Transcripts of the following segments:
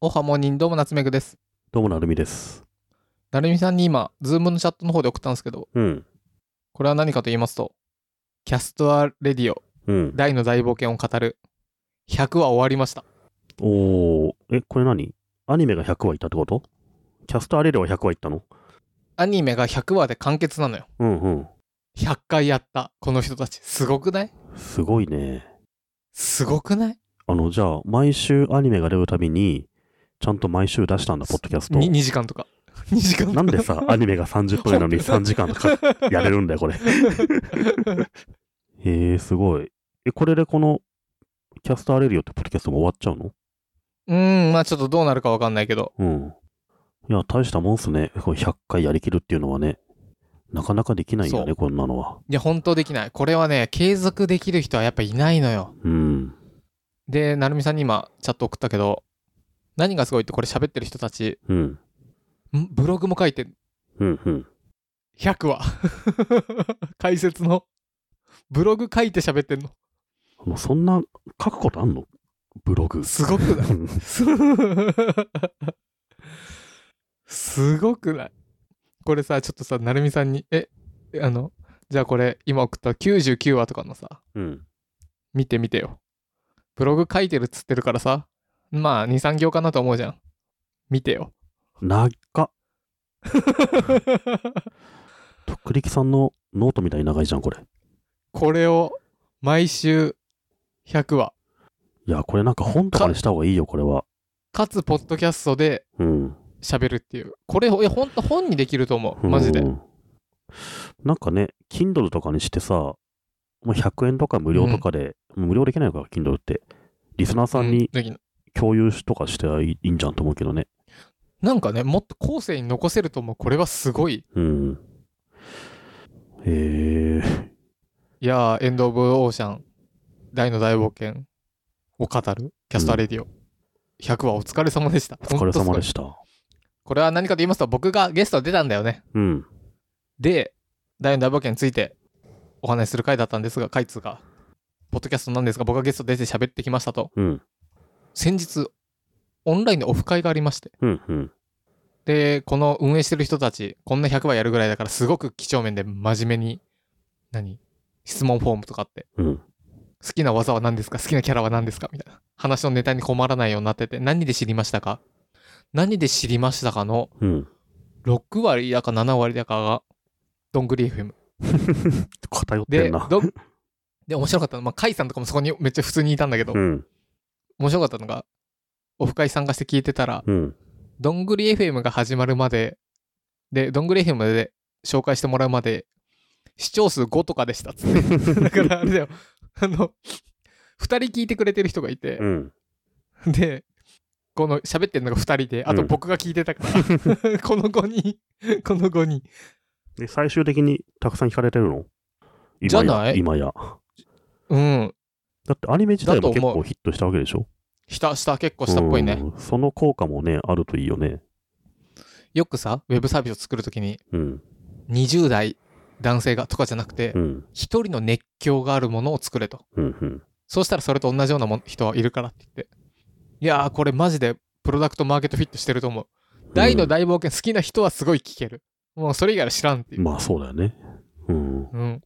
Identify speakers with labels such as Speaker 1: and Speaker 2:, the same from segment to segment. Speaker 1: おはもにんどうも夏目くです。
Speaker 2: どうもなるみです。
Speaker 1: なるみさんに今、ズームのチャットの方で送ったんですけど、
Speaker 2: うん。
Speaker 1: これは何かと言いますと、キャストアレディオ、
Speaker 2: うん。
Speaker 1: 大の大冒険を語る、100話終わりました。
Speaker 2: おー。え、これ何アニメが100話いったってことキャストアレルは100話いったの
Speaker 1: アニメが100話で完結なのよ。
Speaker 2: うんうん。
Speaker 1: 100回やった、この人たち。すごくない
Speaker 2: すごいね。
Speaker 1: すごくない
Speaker 2: あの、じゃあ、毎週アニメが出るたびに、ちゃんと毎週出したんだ、ポッドキャスト。
Speaker 1: に ?2 時間とか。2時 間とか。
Speaker 2: なんで さ、アニメが30分なのに3時間とかやれるんだよ、これ。へえー、すごい。え、これでこの、キャストアレルよってポッドキャストも終わっちゃうの
Speaker 1: うーん、まあちょっとどうなるかわかんないけど、
Speaker 2: うん。いや、大したもんっすね。これ100回やりきるっていうのはね、なかなかできないよ
Speaker 1: そ
Speaker 2: ね、こんなのは。
Speaker 1: いや、本当できない。これはね、継続できる人はやっぱいないのよ。
Speaker 2: うん。
Speaker 1: で、なるみさんに今、チャット送ったけど、何がすごいって、これ喋ってる人たち、
Speaker 2: うん。
Speaker 1: んブログも書いてん、
Speaker 2: うんうん。
Speaker 1: 100話。 解説の。ブログ書いて喋ってんの。
Speaker 2: もうそんな書くことあんのブログ。
Speaker 1: すごくないすすごくないこれさ、ちょっとさ、なるみさんに、え、あの、じゃあこれ、今送った99話とかのさ、
Speaker 2: うん。
Speaker 1: 見てみてよ。ブログ書いてるっつってるからさ、まあ、2、3行かなと思うじゃん。見てよ。
Speaker 2: 長っ。とっくりきさんのノートみたいに長いじゃん、これ。
Speaker 1: これを毎週100話、
Speaker 2: いや、これなんか本とかにした方がいいよ、これは。
Speaker 1: かつポッドキャストで
Speaker 2: うん。
Speaker 1: 喋るっていう。これ、いやほんと本にできると思う。マジで
Speaker 2: う。ん。なんかね、Kindle とかにしてさ、もう100円とか無料とかで、無料できないのから、Kindle って。リスナーさんに
Speaker 1: うんできない
Speaker 2: 共有しとかしてはいいいいんじゃんと思うけどね。
Speaker 1: なんかね、もっと後世に残せると思う。これはすごい。
Speaker 2: うん。へえ。
Speaker 1: いやー、エンド・オブ・オーシャン、大の大冒険を語る、キャスター・レディオ。100話お疲れ様でした。お
Speaker 2: お疲れ様でした。
Speaker 1: これは何かと言いますと、僕がゲストで出たんだよね。
Speaker 2: うん。
Speaker 1: で、大の大冒険についてお話しする回だったんですが、回通が、ポッドキャストなんですが、僕がゲストで出て喋ってきましたと。
Speaker 2: うん。
Speaker 1: 先日オンラインでオフ会がありまして
Speaker 2: うん。うん。
Speaker 1: でこの運営してる人たちこんな100話やるぐらいだからすごく几帳面で真面目に何質問フォームとかあって
Speaker 2: うん。
Speaker 1: 好きな技は何ですか好きなキャラは何ですかみたいな話のネタに困らないようになってて何で知りましたか何で知りましたかの
Speaker 2: うん。
Speaker 1: 6割だか7割だかがどんぐり FM
Speaker 2: 偏って
Speaker 1: で
Speaker 2: んな。
Speaker 1: どんで面白かったのまあ甲斐さんとかもそこにめっちゃ普通にいたんだけど、
Speaker 2: うん。
Speaker 1: 面白かったのがオフ会参加して聞いてたら
Speaker 2: うん。
Speaker 1: どんぐり FM が始まるまで、で、どんぐり FM で紹介してもらうまで、視聴数5とかでしたっつ って。だからあれだよ、あの、2人聞いてくれてる人がいて
Speaker 2: う、ん。
Speaker 1: で、この喋ってるのが2人で、あと
Speaker 2: うん
Speaker 1: 僕が聞いてたから、 この5人、この5人。
Speaker 2: で、最終的にたくさん聞かれてるの今や
Speaker 1: じゃない
Speaker 2: 今や。
Speaker 1: うん、
Speaker 2: だってアニメ自体も
Speaker 1: だ
Speaker 2: 結
Speaker 1: と思う
Speaker 2: 構ヒットしたわけでしょ
Speaker 1: 下、下、結構下っぽいね。
Speaker 2: うんその効果もね、あるといいよね。
Speaker 1: よくさ、ウェブサービスを作るときに、
Speaker 2: うん。
Speaker 1: 20代男性がとかじゃなくて
Speaker 2: う、ん。
Speaker 1: 1人の熱狂があるものを作れと。
Speaker 2: うん。うん。
Speaker 1: そうしたらそれと同じようなもん人はいるからって言って。いやー、これマジでプロダクトマーケットフィットしてると思う。大の大冒険好きな人はすごい聞ける。もうそれ以外は知らんっていう。
Speaker 2: まあそうだよね。うん。
Speaker 1: うん。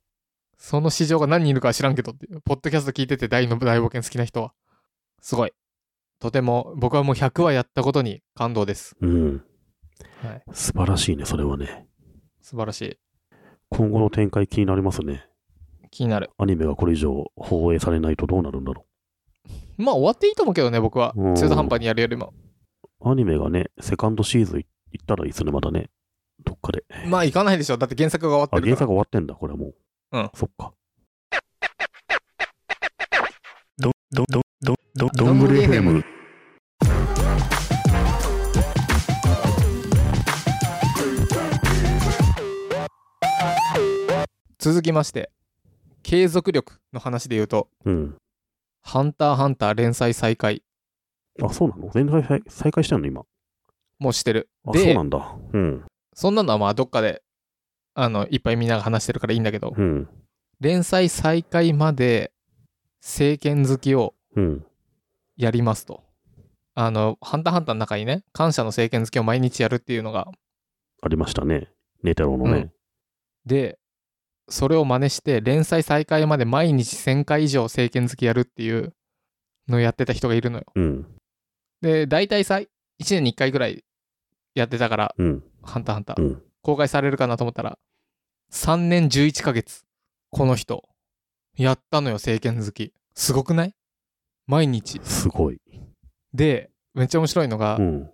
Speaker 1: その市場が何人いるかは知らんけどっていう。ポッドキャスト聞いてて大の大冒険好きな人は。すごい。とても僕はもう100話やったことに感動です。
Speaker 2: うん。
Speaker 1: はい。
Speaker 2: 素晴らしいね、それはね。
Speaker 1: 素晴らしい。
Speaker 2: 今後の展開気になりますね。
Speaker 1: 気になる。
Speaker 2: アニメがこれ以上放映されないとどうなるんだろ
Speaker 1: まあ終わっていいと思うけどね、僕は。
Speaker 2: うん
Speaker 1: 中途半端にやるよりも。
Speaker 2: う。アニメがね、セカンドシーズンい行ったらいいっすね、またね。どっかで。
Speaker 1: まあいかないでしょ。だって原作が終わって
Speaker 2: あ、
Speaker 1: るから。
Speaker 2: 原作終わってんだ、これはもう。
Speaker 1: うん
Speaker 2: そっか。
Speaker 3: ど、ど、ど、ど、
Speaker 1: どんぐり FM。続きまして、継続力の話で言うと、
Speaker 2: うん。
Speaker 1: ハンターハンター連載再開
Speaker 2: あ、そうなの全然再再開してんの今。
Speaker 1: もしてる。
Speaker 2: あ、そう
Speaker 1: で、
Speaker 2: な
Speaker 1: そ
Speaker 2: んだ。うん。
Speaker 1: んなのはまあどっかで、あの、いっぱいみんなが話してるからいいんだけど、
Speaker 2: うん。
Speaker 1: 連載再開まで、聖剣好きを
Speaker 2: うん。
Speaker 1: やりますと。あの、ハンターハンターの中にね、感謝の聖剣漬けを毎日やるっていうのが、
Speaker 2: ありましたね。ネ太郎のね。
Speaker 1: で、それを真似して、連載再開まで毎日1000回以上聖剣漬けやるっていうのをやってた人がいるのよ。
Speaker 2: うん。
Speaker 1: で、大体さ、1年に1回ぐらいやってたから、
Speaker 2: うん。
Speaker 1: ハンターハンター
Speaker 2: う。ん。
Speaker 1: 公開されるかなと思ったら、3年11ヶ月、この人、やったのよ、聖剣好き。すごくない毎日。
Speaker 2: すごい。
Speaker 1: で、めっちゃ面白いのが、
Speaker 2: うん。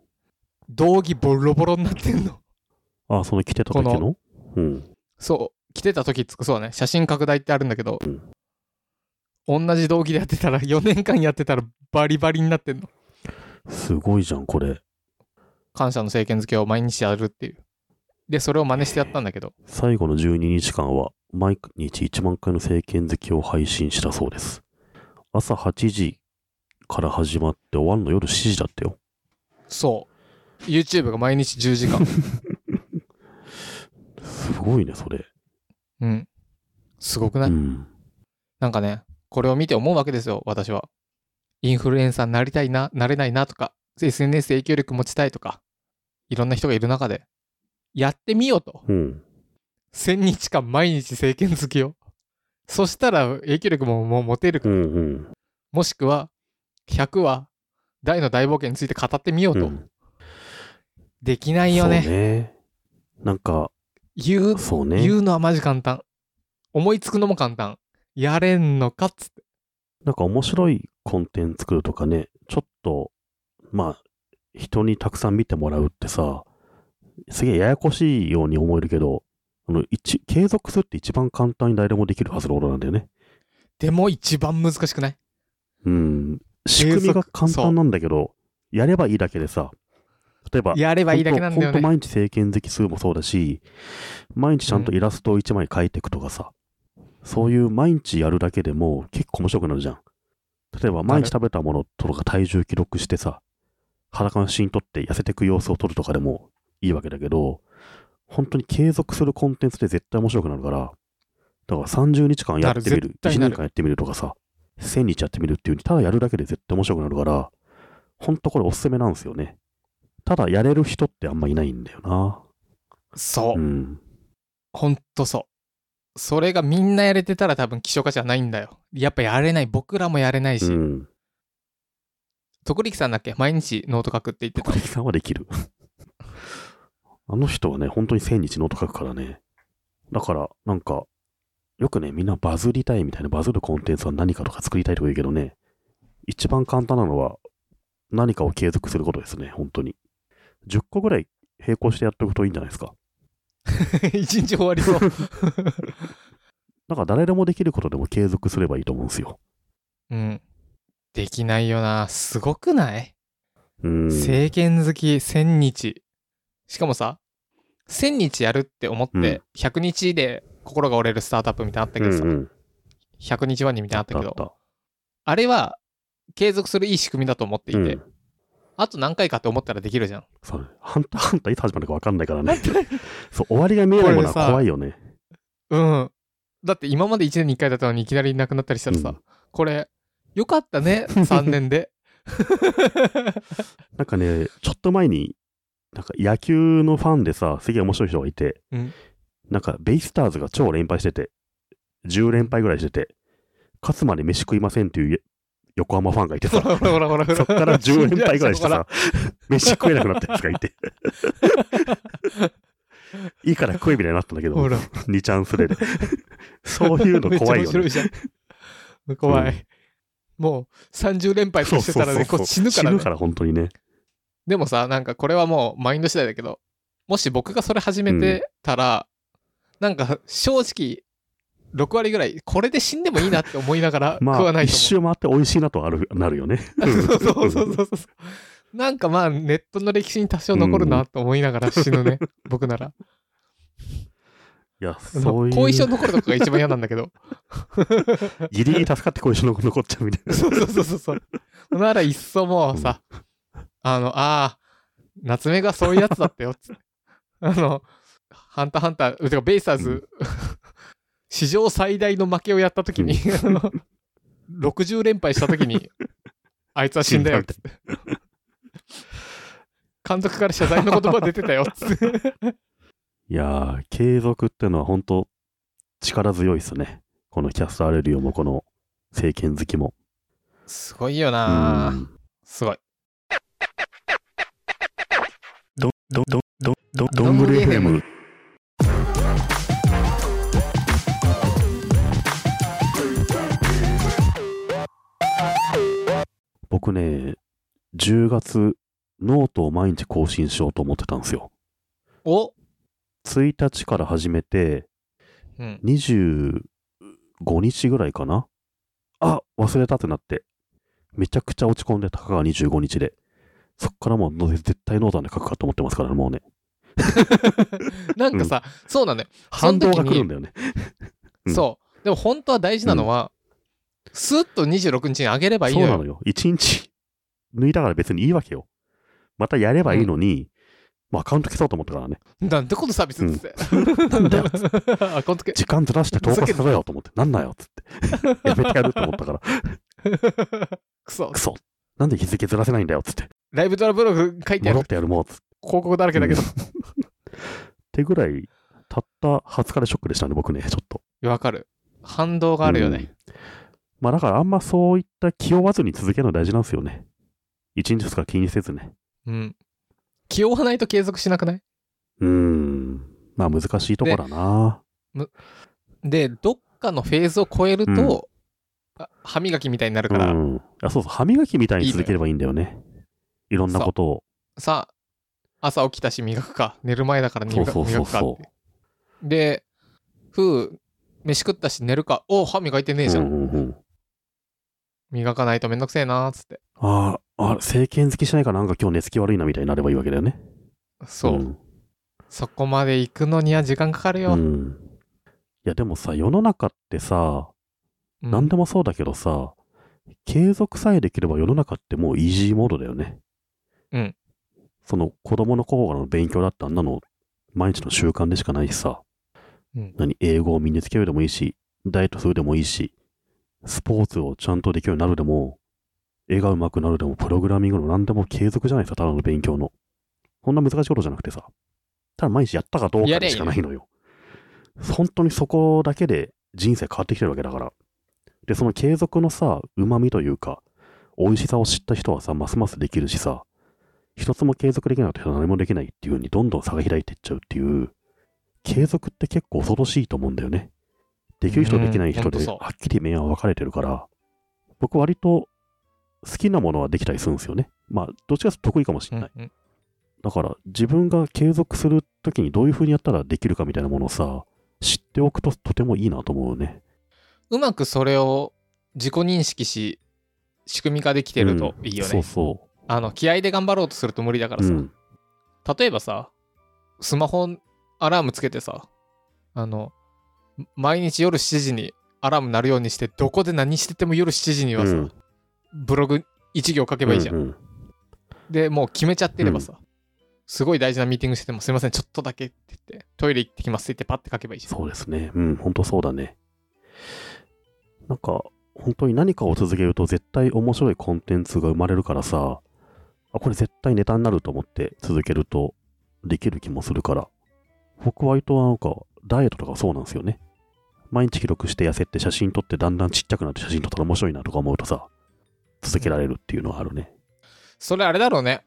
Speaker 1: 道着ボロボロになってんの。
Speaker 2: あ、その着てた時
Speaker 1: こ
Speaker 2: のうん。
Speaker 1: そう、着てた時つくそうだね、写真拡大ってあるんだけど、
Speaker 2: うん
Speaker 1: 同じ道着でやってたら、4年間やってたらバリバリになってんの。
Speaker 2: すごいじゃん、これ。
Speaker 1: 感謝の聖剣漬けを毎日やるっていう。で、それを真似してやったんだけど、
Speaker 2: 最後の12日間は、毎日1万回の政権好きを配信したそうです。朝8時から始まって終わるの夜7時だったよ。
Speaker 1: そう、YouTube が毎日10時間。
Speaker 2: すごいね、それ。
Speaker 1: うん。すごくな
Speaker 2: う
Speaker 1: い、
Speaker 2: ん。
Speaker 1: なんかね、これを見て思うわけですよ、私は。インフルエンサーになりたいな、なれないなとか、SNS で影響力持ちたいとか、いろんな人がいる中で、やってみようと。
Speaker 2: うん。
Speaker 1: 1000日間毎日政権好きを。そしたら影響力ももう持てるか
Speaker 2: う
Speaker 1: ら、
Speaker 2: んうん。
Speaker 1: もしくは、100は大の大冒険について語ってみようと。
Speaker 2: うん
Speaker 1: できないよね
Speaker 2: そうね。なんか、
Speaker 1: 言う、
Speaker 2: そうね。
Speaker 1: 言うのはマジ簡単。思いつくのも簡単。やれんのかっつって。
Speaker 2: なんか面白いコンテンツ作るとかね、ちょっと、まあ、人にたくさん見てもらうってさ、すげえややこしいように思えるけど、あの一継続するって一番簡単に誰でもできるはずのことなんだよね。
Speaker 1: でも一番難しくない
Speaker 2: うん。仕組みが簡単なんだけど、やればいいだけでさ、例えば、
Speaker 1: やればいいだけなんだよ
Speaker 2: ほんと
Speaker 1: ね。
Speaker 2: 毎日政権好き数もそうだし、毎日ちゃんとイラストを1枚描いていくとかさ、そういう毎日やるだけでも結構面白くなるじゃん。例えば毎日食べたものとか体重記録してさ、裸の写真撮って痩せていく様子を撮るとかでもいいわけだけど、本当に継続するコンテンツで絶対面白くなるから、だから30日間やってみ
Speaker 1: なる
Speaker 2: る
Speaker 1: 絶、対
Speaker 2: 1
Speaker 1: なる
Speaker 2: 年間やってみるとかさ、1000日やってみるっていうふうに、ただやるだけで絶対面白くなるから、本当これおすすめなんですよね。ただやれる人ってあんまいないんだよな。
Speaker 1: そうう。
Speaker 2: ん。
Speaker 1: ほんとそう。それがみんなやれてたら多分希少価値はないんだよ。やっぱやれない。僕らもやれないうし。
Speaker 2: ん。
Speaker 1: 徳力さんだっけ毎日ノート書くって言ってた
Speaker 2: 小。力さんはできる。あの人はね、本当に1000日ノート書くからね。だから、なんか、よくね、みんなバズりたいみたいな、バズるコンテンツは何かとか作りたいとか言うけどね、一番簡単なのは、何かを継続することですね、本当に。10個ぐらい並行してやっておくといいんじゃないですか。
Speaker 1: 一日終わりそう。
Speaker 2: だから誰でもできることでも継続すればいいと思うんですよ。
Speaker 1: うん。できないよな。すごくない
Speaker 2: うん。
Speaker 1: 聖剣好き1000日。しかもさ、1000日やるって思っ
Speaker 2: うん
Speaker 1: て、100日で心が折れるスタートアップみたいなのあったけどさ
Speaker 2: うん、うん
Speaker 1: 100日ワニみたいなのあったけ
Speaker 2: あっ
Speaker 1: ど、
Speaker 2: た
Speaker 1: あれは継続するいい仕組みだと思ってい
Speaker 2: うん
Speaker 1: て、あと何回かって思ったらできるじゃん。
Speaker 2: そうハンターハンターいつ始まるか分かんないからね。そう、終わりが見えないものは
Speaker 1: これさ
Speaker 2: 怖いよね。
Speaker 1: うん。だって今まで1年に1回だったのにいきなりいなくなったりしたらさ、
Speaker 2: うん
Speaker 1: これ、よかった ね、3年で。
Speaker 2: なんかね、ちょっと前に、なんか野球のファンでさ、すげえ面白い人がいて、
Speaker 1: うん
Speaker 2: なんかベイスターズが超連敗してて、10連敗ぐらいしてて、勝つまで飯食いませんっていう横浜ファンがいて
Speaker 1: ほ
Speaker 2: さ、
Speaker 1: らほらほらほらほら。
Speaker 2: そっから10連敗ぐらいしてさ、飯食えなくなったやつがい て、いいから食えみたいになったんだけ
Speaker 1: ほ
Speaker 2: ど、
Speaker 1: ら。
Speaker 2: 2チャンスでで。そういうの怖いよ
Speaker 1: めっ
Speaker 2: ね。
Speaker 1: ち ゃ面白いじゃん。怖い。もう30連敗としてたらね、こう死ぬから
Speaker 2: 死
Speaker 1: ね
Speaker 2: ぬから本当にね。
Speaker 1: でもさ、なんかこれはもうマインド次第だけど、もし僕がそれ始めてたら、なんか正直、6割ぐらい、これで死んでもいいなって思いながら食
Speaker 2: ま
Speaker 1: わな
Speaker 2: あ、
Speaker 1: い
Speaker 2: 一
Speaker 1: と思う。
Speaker 2: 周回って美味しいなとはあるなるよ ね。
Speaker 1: そうそうそうそうそう。なんかまあネットの歴史に多少残るなと思いながら死ぬね、僕なら。
Speaker 2: いや、
Speaker 1: あの
Speaker 2: そういう。
Speaker 1: 後遺症残るとかが一番嫌なんだけど。
Speaker 2: ギリギリ助かって後遺症の残っちゃうみたいな。
Speaker 1: そうそうそうそうそう。ならいっそもうさ、あの、ああ、夏目がそういうやつだったよっつって。あの、ハンターハンター、てかベイスターズ、史上最大の負けをやった時に、あの60連敗した時に、あいつは死んだよっつって。監督から謝罪の言葉出てたよっつって。
Speaker 2: いやー、継続ってのは本当力強いですね。このキャストアレリオもこの政権好きも。
Speaker 1: すごいよ
Speaker 2: う
Speaker 1: な、
Speaker 2: ん。
Speaker 1: すごい。
Speaker 3: どどどどどど
Speaker 2: ど
Speaker 3: ん
Speaker 2: ん
Speaker 3: ぐ
Speaker 2: ぐ
Speaker 3: り
Speaker 2: り
Speaker 1: FM
Speaker 2: FM。僕ね、10月、ノートを毎日更新しようと思ってたんですよ。
Speaker 1: お
Speaker 2: 1日から始めて、
Speaker 1: うん。
Speaker 2: 25日ぐらいかなあ忘れたってなって。めちゃくちゃ落ち込んで、たかが25日で。そっからもう絶対ノートで書くかと思ってますからね、もうね。
Speaker 1: なんかさ、そうなんだよ。
Speaker 2: 反動が来るん
Speaker 1: だ
Speaker 2: だよね。うん
Speaker 1: そう。でも本当は大事なのは、スッと26日に上げればいい
Speaker 2: そ
Speaker 1: の
Speaker 2: う
Speaker 1: よ。
Speaker 2: なのよ。一日抜いたから別にいいわけよ。またやればいいのに、まあアカウント消そうと思ったからね。
Speaker 1: なんてことサービスっつって。
Speaker 2: なんだよ
Speaker 1: あ、こんとけ。
Speaker 2: 時間ずらして10日させろよと思って、なんなよっつ って。やめてやると思ったから、
Speaker 1: くそ
Speaker 2: く。そなんで日付ずらせないんだよっつって。
Speaker 1: ライブドラブログ書いてある
Speaker 2: 戻ってやるもんっつって。
Speaker 1: 広告だらけだけど
Speaker 2: う。んってぐらい、たった20日でショックでしたね、僕ね、ちょっと。
Speaker 1: わかる。反動があるよ
Speaker 2: うん
Speaker 1: ね。
Speaker 2: まあだからあんまそういった気負わずに続けるの大事なんですよね。一日しか気にせずね。
Speaker 1: うん。気負わないと継続しなくないう
Speaker 2: ーん。まあ難しいとこだな。
Speaker 1: で、どっかのフェーズを超えると、あ歯磨きみたいになる
Speaker 2: う
Speaker 1: から、
Speaker 2: ん。あ、そうそう、歯磨きみたいに続ければいいんだよね。いろんなことを。
Speaker 1: さあ、朝起きたし磨くか、寝る前だから
Speaker 2: そ
Speaker 1: 磨
Speaker 2: うそうそ
Speaker 1: 磨
Speaker 2: う
Speaker 1: くか
Speaker 2: そ
Speaker 1: って。で、ふう、飯食ったし寝るか、お歯磨いてねえ
Speaker 2: う。
Speaker 1: じ
Speaker 2: う
Speaker 1: ゃ
Speaker 2: ん
Speaker 1: ん。
Speaker 2: うんうん。
Speaker 1: 磨かないとめんどくせえなーっつって。
Speaker 2: あーあ、政権好きしないからなんか今日寝つき悪いなみたいになればいいわけだよね。
Speaker 1: そう。
Speaker 2: ん
Speaker 1: そこまで行くのには時間かかるよ。
Speaker 2: うん。いやでもさ、世の中ってさ、
Speaker 1: うん
Speaker 2: 何でもそうだけどさ、継続さえできれば世の中ってもうイージーモードだよね。
Speaker 1: うん。
Speaker 2: その子供の頃からの勉強だってあんなの毎日の習慣でしかないしさ、
Speaker 1: うん
Speaker 2: 何、英語を身につけるでもいいし、ダイエットするでもいいし、スポーツをちゃんとできるようになるでも、絵が上手くなるでも、プログラミングの何でも継続じゃないですか、ただの勉強の。そんな難しいことじゃなくてさ、ただ毎日やったかどうかでしかないのよ。本当にそこだけで人生変わってきてるわけだから。で、その継続のさ、旨味というか、美味しさを知った人はさ、ますますできるしさ、一つも継続できなかった人は何もできないっていう風にどんどん差が開いていっちゃうっていう、継続って結構恐ろしいと思うんだよね。できる人
Speaker 1: うん
Speaker 2: できない
Speaker 1: ほ
Speaker 2: 人
Speaker 1: んと
Speaker 2: で、
Speaker 1: そう
Speaker 2: はっきり明暗分かれてるから、僕割と好きなものはできたりするんですよね。まあ、どっちかというと得意かもしれない。
Speaker 1: うんうん
Speaker 2: だから自分が継続するときにどういう風にやったらできるかみたいなものをさ、知っておくととてもいいなと思うね。
Speaker 1: うまくそれを自己認識し、仕組み化できてるといいよね。
Speaker 2: そうそ
Speaker 1: あの気合で頑張ろうとすると無理だから
Speaker 2: う。う
Speaker 1: さ、
Speaker 2: ん。
Speaker 1: 例えばさスマホアラームつけてさあの毎日夜7時にアラーム鳴るようにしてどこで何してても夜7時にはさ、
Speaker 2: うん
Speaker 1: ブログ1行書けばいいじゃん、
Speaker 2: うう
Speaker 1: でもう決めちゃってればさ、すごい大事なミーティングしててもすいませんちょっとだけって言ってトイレ行ってきますって言ってパッて書けばいいじゃん
Speaker 2: そうですね。うん、本当そうだね。なんか、本当に何かを続けると絶対面白いコンテンツが生まれるからさ、あ、これ絶対ネタになると思って続けるとできる気もするから、僕割となんか、ダイエットとかそうなんですよね。毎日記録して痩せて写真撮ってだんだんちっちゃくなって写真撮ったら面白いなとか思うとさ、続けられるっていうのはあるね。
Speaker 1: それあれだろうね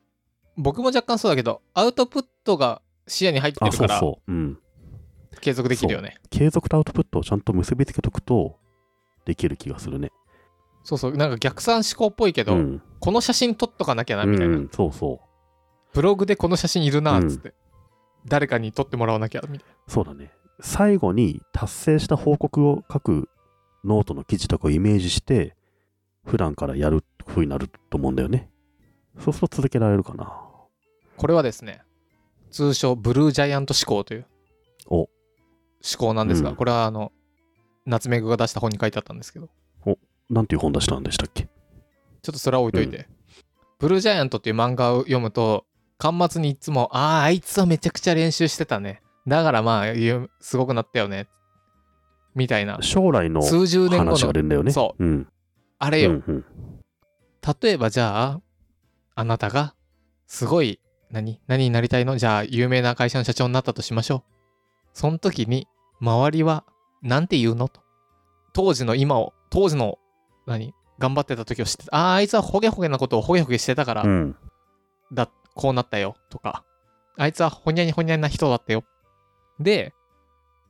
Speaker 1: 僕も若干そうだけどアウトプットが視野に入って
Speaker 2: あ、
Speaker 1: る
Speaker 2: そ
Speaker 1: か
Speaker 2: う
Speaker 1: ら
Speaker 2: そう。うん。
Speaker 1: 継続できるよね
Speaker 2: 継続とアウトプットをちゃんと結びつけとくと、できる気がするね。
Speaker 1: そうそうなんか逆算思考っぽいけど、
Speaker 2: うん。
Speaker 1: この写真撮っとかなきゃなみたいな、
Speaker 2: うんうんそうそう。
Speaker 1: ブログでこの写真いるなっつって、誰かに撮ってもらわなきゃみたい
Speaker 2: そうだね。最後に達成した報告を書くノートの記事とかをイメージして、普段からやる風になると思うんだよね。そうすると続けられるかな。
Speaker 1: なこれはですね通称ブルージャイアント思考という
Speaker 2: お
Speaker 1: 思考なんですが、
Speaker 2: うん
Speaker 1: これはあの夏目具が出した本に書いてあったんですけど
Speaker 2: なんていう本出したんでしたっけ
Speaker 1: ちょっとそれは置いといて、ブルージャイアントっていう漫画を読むと巻末にいつも「あああいつはめちゃくちゃ練習してたねだからまあゆすごくなったよね」みたいな
Speaker 2: 将来の
Speaker 1: 数十年後
Speaker 2: 話
Speaker 1: の
Speaker 2: が出るんだよね。。
Speaker 1: そう
Speaker 2: ん。
Speaker 1: あ
Speaker 2: う
Speaker 1: れよ、
Speaker 2: んうん
Speaker 1: 例えばじゃああなたがすごい何何になりたいのじゃあ、有名な会社の社長になったとしましょう。その時に、周りは、なんて言うのと。当時の今を、当時の、何頑張ってた時を知って、ああ、あいつはホゲホゲなことをホゲホゲしてたから
Speaker 2: う、ん。
Speaker 1: だ、こうなったよとか、あいつはほにゃにほにゃにな人だったよ。で、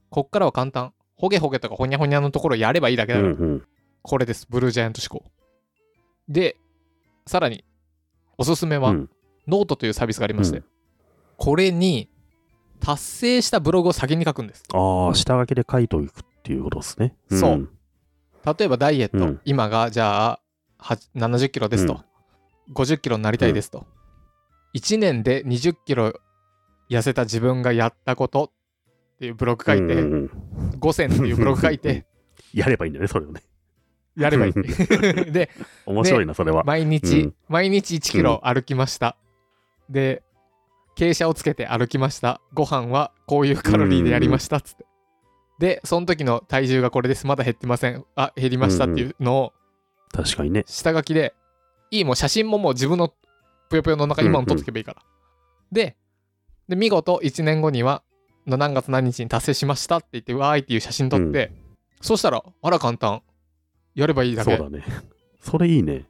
Speaker 1: こっからは簡単。ほげほげとかほにゃほにゃのところをやればいいだけ
Speaker 2: うん
Speaker 1: だ
Speaker 2: う
Speaker 1: から、
Speaker 2: ん。
Speaker 1: これです。ブルージャイアント思考。で、さらに、おすすめは、
Speaker 2: うん
Speaker 1: ノートというサービスがありまして、
Speaker 2: うん
Speaker 1: これに、達成したブログを先に書くんです。
Speaker 2: ああ、下書きで書いておくっていうことですね。ん
Speaker 1: そう。例えばダイエット、
Speaker 2: うん
Speaker 1: 今がじゃあは70キロですと、50キロになりたいですと、1年で20キロ痩せた自分がやったことっていうブログ書いて、
Speaker 2: うんうんうん
Speaker 1: 5選っていうブログ書い て
Speaker 2: やればいいんだね、それをね。
Speaker 1: や ればいいで
Speaker 2: 面白いな、それは。
Speaker 1: 毎日、
Speaker 2: うん
Speaker 1: 毎日1キロ歩きました、で傾斜をつけて歩きましたご飯はこういうカロリーでやりましたっつって、でその時の体重がこれですまだ減ってませんあ減りましたっていうのを、
Speaker 2: 確かにね。
Speaker 1: 下書きで、いいもう写真ももう自分のぷよぷよの中、今の撮っとけばいいから。で、で、見事1年後には、の何月何日に達成しましたって言って、わーいっていう写真撮って、そうしたら、あら簡単。やればいいだ
Speaker 2: そ
Speaker 1: け。
Speaker 2: う
Speaker 1: そ
Speaker 2: だね。それいいね。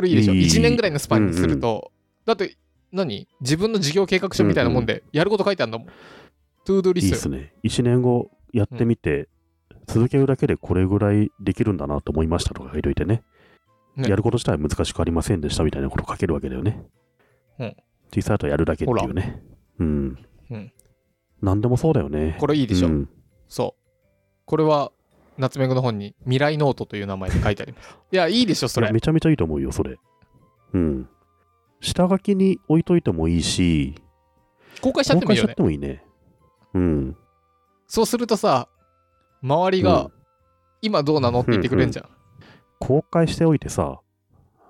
Speaker 1: れいいでしょ。
Speaker 2: いい
Speaker 1: 1年ぐらいのスパンにすると、だって、何自分の事業計画書みたいなもんで、やること書いてあるんだもん。トゥードゥリ
Speaker 2: いい
Speaker 1: ス
Speaker 2: っ
Speaker 1: ト
Speaker 2: すね。1年後やってみて、続けるだけでこれぐらいできるんだなと思いましたとか書いといてね。
Speaker 1: ね
Speaker 2: やること自体は難しくありませんでしたみたいなこと書けるわけだよね。
Speaker 1: うん
Speaker 2: 小さいとやるだけっていうね。うん。
Speaker 1: うん
Speaker 2: 何でもそうだよね。
Speaker 1: これいいでしょ。
Speaker 2: うん
Speaker 1: そう。これは、夏目ぐの本に、未来ノートという名前で書いてあり ます。いや、いいでしょ、そ
Speaker 2: い
Speaker 1: れ
Speaker 2: や。めちゃめちゃいいと思うよ、それ。うん。下書きに置いといてもいいし、
Speaker 1: 公開しちゃっ
Speaker 2: 公
Speaker 1: てもい
Speaker 2: 開
Speaker 1: い
Speaker 2: し
Speaker 1: よ
Speaker 2: ちゃ
Speaker 1: ね
Speaker 2: っ。てもいいね。うん。
Speaker 1: そうするとさ、周りが、
Speaker 2: うん
Speaker 1: 今どうなのって言ってくれんじゃん。
Speaker 2: 公開しておいてさ、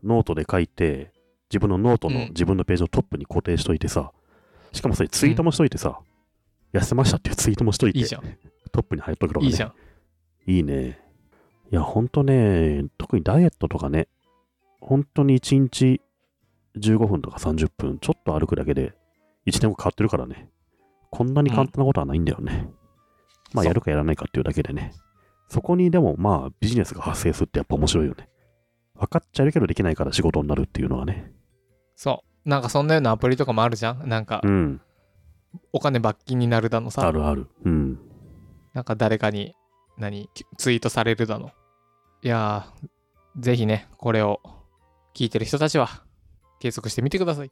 Speaker 2: ノートで書いて、自分のノート
Speaker 1: うん
Speaker 2: の自分のページのトップに固定しといてさ、しかもそれツイートもしといてさ、痩せましたっていうツイートもしといて、
Speaker 1: いいじゃん。
Speaker 2: トップに入っとくのが
Speaker 1: い
Speaker 2: ね、
Speaker 1: いじゃん。
Speaker 2: いいね。いや、ほんとね、特にダイエットとかね、本当に1日15分とか30分、ちょっと歩くだけで、1年後変わってるからね、こんなに簡単なことはないんだよね。
Speaker 1: そう
Speaker 2: まあ、やるかやらないかっていうだけでね。そこにでも、まあ、ビジネスが発生するってやっぱ面白いよね。分かっちゃうけどできないから仕事になるっていうのはね。
Speaker 1: そう。なんかそんなようなアプリとかもあるじゃん。なんか
Speaker 2: う、ん。
Speaker 1: お金罰金になるだの
Speaker 2: あ
Speaker 1: さ、
Speaker 2: るある。うん。
Speaker 1: なんか誰かに、何、ツイートされるだの。いやー、ぜひね、これを聞いてる人たちは、継続してみてください。